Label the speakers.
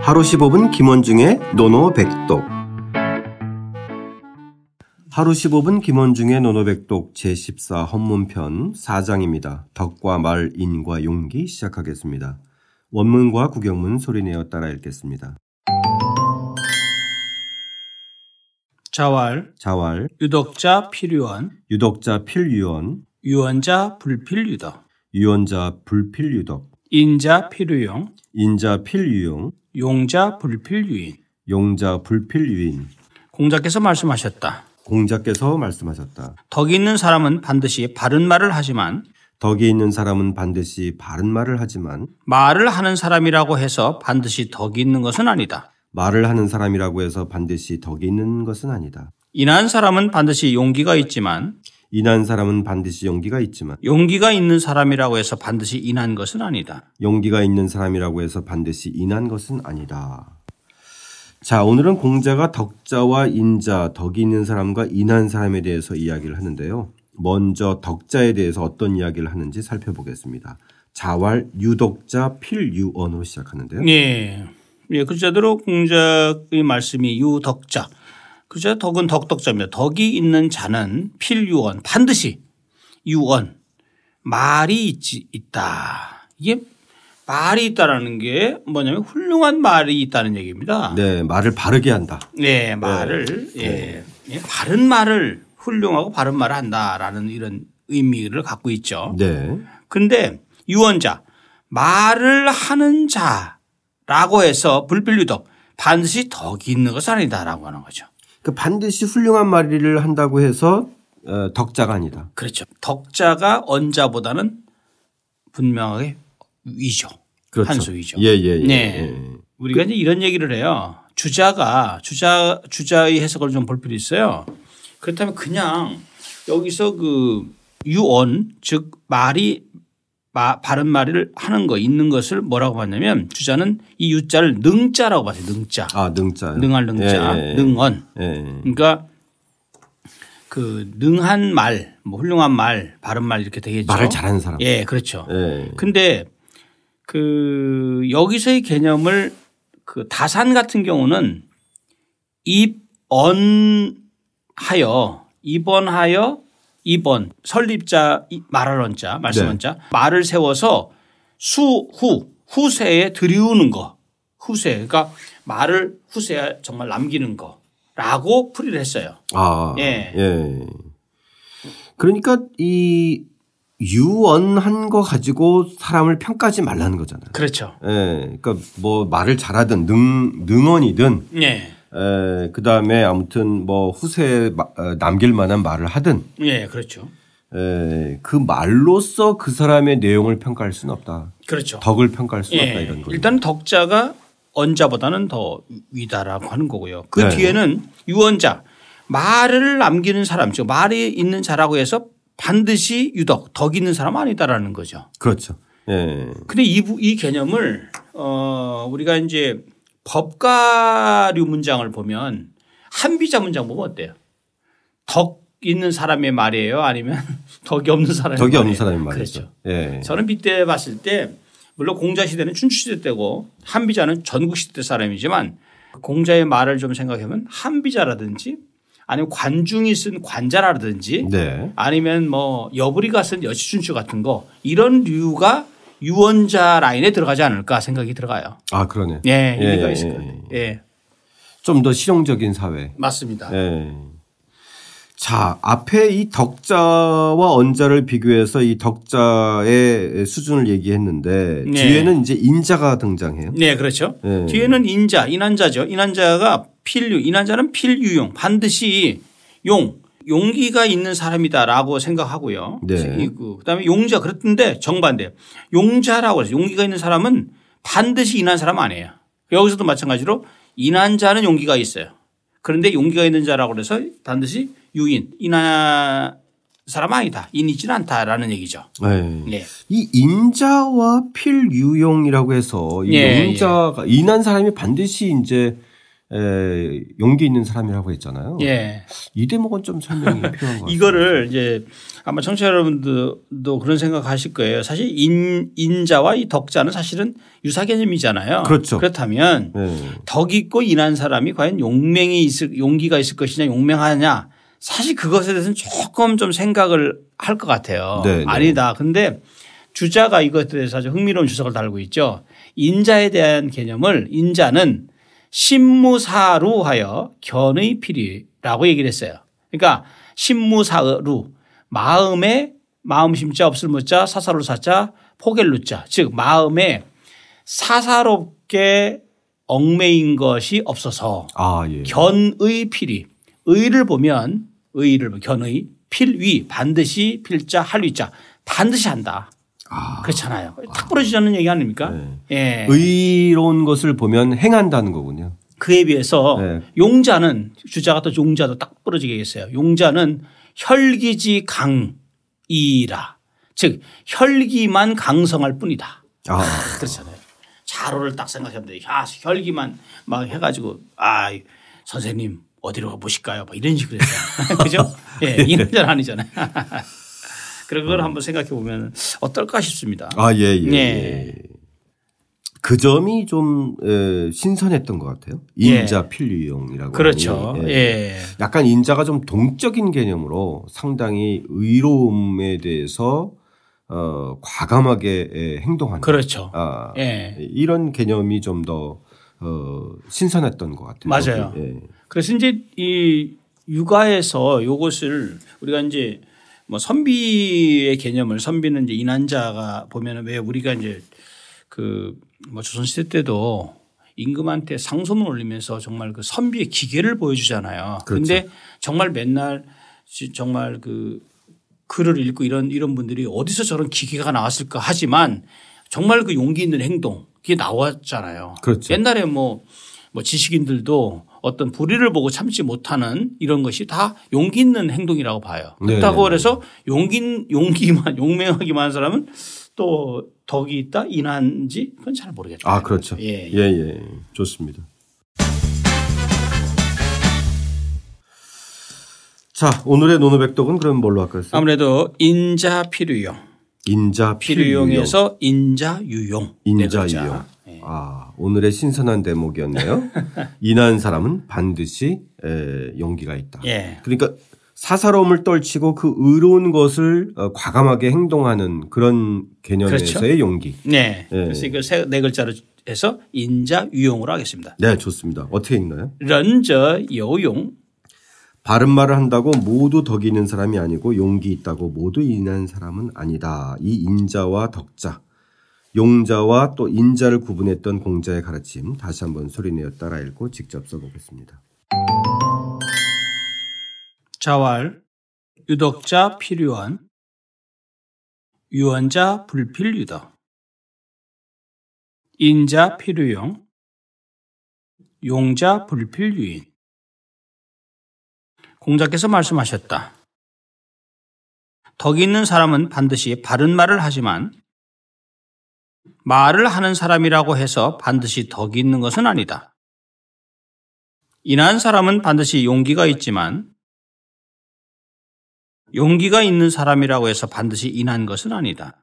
Speaker 1: 하루 15분 김원중의 노노백독 하루 15분 김원중의 노노백독 제14 헌문편 4장입니다. 덕과 말, 인과 용기 시작하겠습니다. 원문과 구경문 소리내어 따라 읽겠습니다.
Speaker 2: 자활,
Speaker 1: 자왈,
Speaker 2: 유독자 필요한,
Speaker 1: 유독자 필유언,
Speaker 2: 유언자 불필유다,
Speaker 1: 유언자 불필유덕,
Speaker 2: 인자 필유용,
Speaker 1: 인자 필유용,
Speaker 2: 용자 불필유인.
Speaker 1: 용자 불필유인,
Speaker 2: 공자께서 말씀하셨다.
Speaker 1: 공자께서 말씀하셨다.
Speaker 2: 덕 있는 사람은 반드시 바른 말을 하지만
Speaker 1: 덕이 있는 사람은 반드시 바른 말을 하지만
Speaker 2: 말을 하는 사람이라고 해서 반드시 덕이 있는 것은 아니다.
Speaker 1: 말을 하는 사람이라고 해서 반드시 덕이 있는 것은 아니다.
Speaker 2: 인한 사람은 반드시 용기가 있지만
Speaker 1: 인한 사람은 반드시 용기가 있지만
Speaker 2: 용기가 있는 사람이라고 해서 반드시 인한 것은 아니다.
Speaker 1: 용기가 있는 사람이라고 해서 반드시 인한 것은 아니다. 자, 오늘은 공자가 덕자와 인자, 덕이 있는 사람과 인한 사람에 대해서 이야기를 하는데요. 먼저 덕자에 대해서 어떤 이야기를 하는지 살펴보겠습니다. 자활 유덕자 필유언으로 시작하는데요.
Speaker 2: 예. 예, 그자대로 공자의 말씀이 유덕자. 그자 덕은 덕덕자입니다. 덕이 있는 자는 필유언 반드시 유언 말이 있지 있다. 이게 말이 있다라는 게 뭐냐면 훌륭한 말이 있다는 얘기입니다.
Speaker 1: 네, 말을 바르게 한다.
Speaker 2: 네, 말을 예, 예, 바른 말을 훌륭하고 바른 말을 한다라는 이런 의미를 갖고 있죠.
Speaker 1: 네.
Speaker 2: 근데 유언자 말을 하는 자라고 해서 불필요덕 반드시 덕이 있는 것은 아니다라고 하는 거죠.
Speaker 1: 그 반드시 훌륭한 말을 한다고 해서 어, 덕자가 아니다.
Speaker 2: 그렇죠. 덕자가 언자보다는 분명하게 위죠. 한수 위죠.
Speaker 1: 예, 예, 예.
Speaker 2: 네.
Speaker 1: 예.
Speaker 2: 우리가 이제 이런 얘기를 해요. 주자가 주자 주자의 해석을 좀 볼 필요 있어요. 그렇다면 그냥 여기서 그 유언 즉 말이 마- 바른 말을 하는 거 있는 것을 뭐라고 봤냐면 주자는 이 유자를 능자라고 봤어요. 능자.
Speaker 1: 아, 능자요.
Speaker 2: 능할 능자.
Speaker 1: 예, 예, 예.
Speaker 2: 능언.
Speaker 1: 예, 예.
Speaker 2: 그러니까 그 능한 말, 뭐 훌륭한 말, 바른 말 이렇게 되겠죠.
Speaker 1: 말을 잘하는 사람.
Speaker 2: 예, 그렇죠.
Speaker 1: 예.
Speaker 2: 근데 그 여기서의 개념을 그 다산 같은 경우는 입언하여 입언하여 입언 설립자 말할언자 말씀언자 말을 세워서 수후 후세에 들이우는 거 후세 그러니까 말을 후세에 정말 남기는 거라고 풀이를 했어요.
Speaker 1: 아.
Speaker 2: 예.
Speaker 1: 예. 그러니까 이 유언한 거 가지고 사람을 평가하지 말라는 거잖아요.
Speaker 2: 그렇죠.
Speaker 1: 예. 그러니까 뭐 말을 잘하든 능 능언이든
Speaker 2: 예,
Speaker 1: 에, 그다음에 아무튼 뭐 후세에 마- 어, 남길 만한 말을 하든
Speaker 2: 예, 그렇죠.
Speaker 1: 에, 그 말로써 그 사람의 내용을 평가할 수는 없다.
Speaker 2: 그렇죠.
Speaker 1: 덕을 평가할 수는 없다
Speaker 2: 예,
Speaker 1: 이런 거예요.
Speaker 2: 일단 덕자가 언자보다는 더 위다라고 하는 거고요. 그
Speaker 1: 네.
Speaker 2: 뒤에는 유언자 말을 남기는 사람 즉 말이 있는 자라고 해서 반드시 유덕 덕 있는 사람 아니다라는 거죠.
Speaker 1: 그렇죠. 예.
Speaker 2: 근데 이, 부- 이 개념을 어 우리가 이제 법가류 문장을 보면 한비자 문장 보면 어때요? 덕 있는 사람의 말이에요, 아니면 덕이 없는 사람의
Speaker 1: 덕이 없는
Speaker 2: 말이에요?
Speaker 1: 사람이 말이죠.
Speaker 2: 그렇죠.
Speaker 1: 예.
Speaker 2: 저는 빗대 봤을 때 물론 공자 시대는 춘추 시대 때고 한비자는 전국 시대 사람이지만 공자의 말을 좀 생각하면 한비자라든지 아니면 관중이 쓴 관자라든지
Speaker 1: 네.
Speaker 2: 아니면 뭐 여부리가 쓴 여치춘추 같은 거 이런 류가 유언자 라인에 들어가지 않을까 생각이 들어가요.
Speaker 1: 아 그러네.
Speaker 2: 예,
Speaker 1: 예,
Speaker 2: 일리가
Speaker 1: 예,
Speaker 2: 있을 거예요. 예,
Speaker 1: 좀 더 실용적인 사회.
Speaker 2: 맞습니다.
Speaker 1: 예. 자 앞에 이 덕자와 언자를 비교해서 이 덕자의 수준을 얘기했는데
Speaker 2: 네.
Speaker 1: 뒤에는 이제 인자가 등장해요.
Speaker 2: 네, 그렇죠.
Speaker 1: 예.
Speaker 2: 뒤에는 인자, 인한자죠. 인한자가 필유, 인한자는 필유용. 반드시 용, 용기가 있는 사람이다라고 생각하고요.
Speaker 1: 네.
Speaker 2: 이그 그다음에 용자 그렇던데 정반대. 용자라고 해서 용기가 있는 사람은 반드시 인한 사람 아니에요. 여기서도 마찬가지로 인한자는 용기가 있어요. 그런데 용기가 있는 자라고 해서 반드시 유인, 인한 사람 아니다. 인이지는 않다라는 얘기죠.
Speaker 1: 예.
Speaker 2: 네.
Speaker 1: 이 인자와 필유용이라고 해서 이
Speaker 2: 예,
Speaker 1: 용자가 인한 사람이 반드시 이제 에, 용기 있는 사람이라고 했잖아요.
Speaker 2: 예.
Speaker 1: 이 대목은 좀 설명이 필요한 것 같아요.
Speaker 2: 이거를 이제 아마 청취자 여러분들도 그런 생각하실 거예요. 사실 인, 인자와 이 덕자는 사실은 유사 개념이잖아요.
Speaker 1: 그렇죠.
Speaker 2: 그렇다면
Speaker 1: 네.
Speaker 2: 덕 있고 인한 사람이 과연 용맹이 있을 용기가 있을 것이냐 용맹하냐 사실 그것에 대해서는 조금 좀 생각을 할 것 같아요.
Speaker 1: 네, 네.
Speaker 2: 아니다. 근데 주자가 이것에 대해서 아주 흥미로운 주석을 달고 있죠. 인자에 대한 개념을 인자는 신무사루 하여 견의 필이라고 얘기를 했어요. 그러니까 신무사루 마음에 마음 심자 없을 무자 사사로 사자 포겔루자 즉 마음에 사사롭게 얽매인 것이 없어서
Speaker 1: 아 예.
Speaker 2: 견의 필이 의를 보면 의를 보면 견의 필위 반드시 필자 할위자 반드시 한다
Speaker 1: 아,
Speaker 2: 그렇잖아요 탁 부러지자는 얘기 아닙니까?
Speaker 1: 네.
Speaker 2: 예
Speaker 1: 의로운 것을 보면 행한다는 거군요.
Speaker 2: 그에 비해서
Speaker 1: 네.
Speaker 2: 용자는 주자가 또 용자도 딱 부러지게 했어요 용자는 혈기지 강이라 즉 혈기만 강성할 뿐이다.
Speaker 1: 아,
Speaker 2: 아, 그렇잖아요. 자로를 딱 생각하면 돼요. 야, 혈기만 막 해가지고 아 선생님 어디로 가보실까요? 막 이런 식으로 해서 그죠? 예, 이런 건 아니잖아요. 그런 걸 한번 생각해 보면 어떨까 싶습니다.
Speaker 1: 아 예, 예,
Speaker 2: 예.
Speaker 1: 예. 그 점이 좀 에, 신선했던 것 같아요. 인자 필리용이라고.
Speaker 2: 예. 그렇죠.
Speaker 1: 하니, 예.
Speaker 2: 예.
Speaker 1: 약간 인자가 좀 동적인 개념으로 상당히 의로움에 대해서 어, 과감하게 예, 행동하는.
Speaker 2: 그렇죠.
Speaker 1: 아,
Speaker 2: 예.
Speaker 1: 이런 개념이 좀 더 어, 신선했던 것 같아요.
Speaker 2: 맞아요.
Speaker 1: 예.
Speaker 2: 그래서 이제 이 육아에서 요것을 우리가 이제 뭐 선비의 개념을 선비는 이제 인한자가 보면은 왜 우리가 이제 그 뭐 조선시대 때도 임금한테 상소문 올리면서 정말 그 선비의 기계를 보여주잖아요. 그런데 정말 맨날 지- 정말 그 글을 읽고 이런 이런 분들이 어디서 저런 기계가 나왔을까 하지만 정말 그 용기 있는 행동 그게 나왔잖아요.
Speaker 1: 그렇죠.
Speaker 2: 옛날에 뭐, 뭐 지식인들도 어떤 불의를 보고 참지 못하는 이런 것이 다 용기 있는 행동이라고 봐요.
Speaker 1: 네.
Speaker 2: 그렇다고 그래서 용기 용기만 용맹하기만 한 사람은 또 덕이 있다 인한지 그건 잘 모르겠다.
Speaker 1: 아, 그렇죠.
Speaker 2: 예, 예.
Speaker 1: 예, 예. 좋습니다. 자, 오늘의 노노백독은 그럼 뭘로 할까요? 선생님?
Speaker 2: 아무래도 인자 필요용
Speaker 1: 인자 필유용.
Speaker 2: 필요용에서 인자 유용
Speaker 1: 인자
Speaker 2: 네 글자.
Speaker 1: 유용. 아, 오늘의 신선한 대목이었네요. 인한 사람은 반드시 에, 용기가 있다.
Speaker 2: 예.
Speaker 1: 그러니까 사사로움을 떨치고 그 의로운 것을 어, 과감하게 행동하는 그런 개념에서의 용기.
Speaker 2: 네.
Speaker 1: 예.
Speaker 2: 그래서 이걸 세- 네 글자로 해서 인자 유용으로 하겠습니다.
Speaker 1: 네, 좋습니다. 어떻게 읽나요?
Speaker 2: 런저 여용
Speaker 1: 바른 말을 한다고 모두 덕이 있는 사람이 아니고 용기 있다고 모두 인한 사람은 아니다. 이 인자와 덕자, 용자와 또 인자를 구분했던 공자의 가르침 다시 한번 소리내어 따라 읽고 직접 써보겠습니다.
Speaker 2: 자활 유덕자 필요한 유언자 불필유덕 인자 필요용 용자 불필유인 공자께서 말씀하셨다. 덕 있는 사람은 반드시 바른 말을 하지만 말을 하는 사람이라고 해서 반드시 덕이 있는 것은 아니다. 인한 사람은 반드시 용기가 있지만 용기가 있는 사람이라고 해서 반드시 인한 것은 아니다.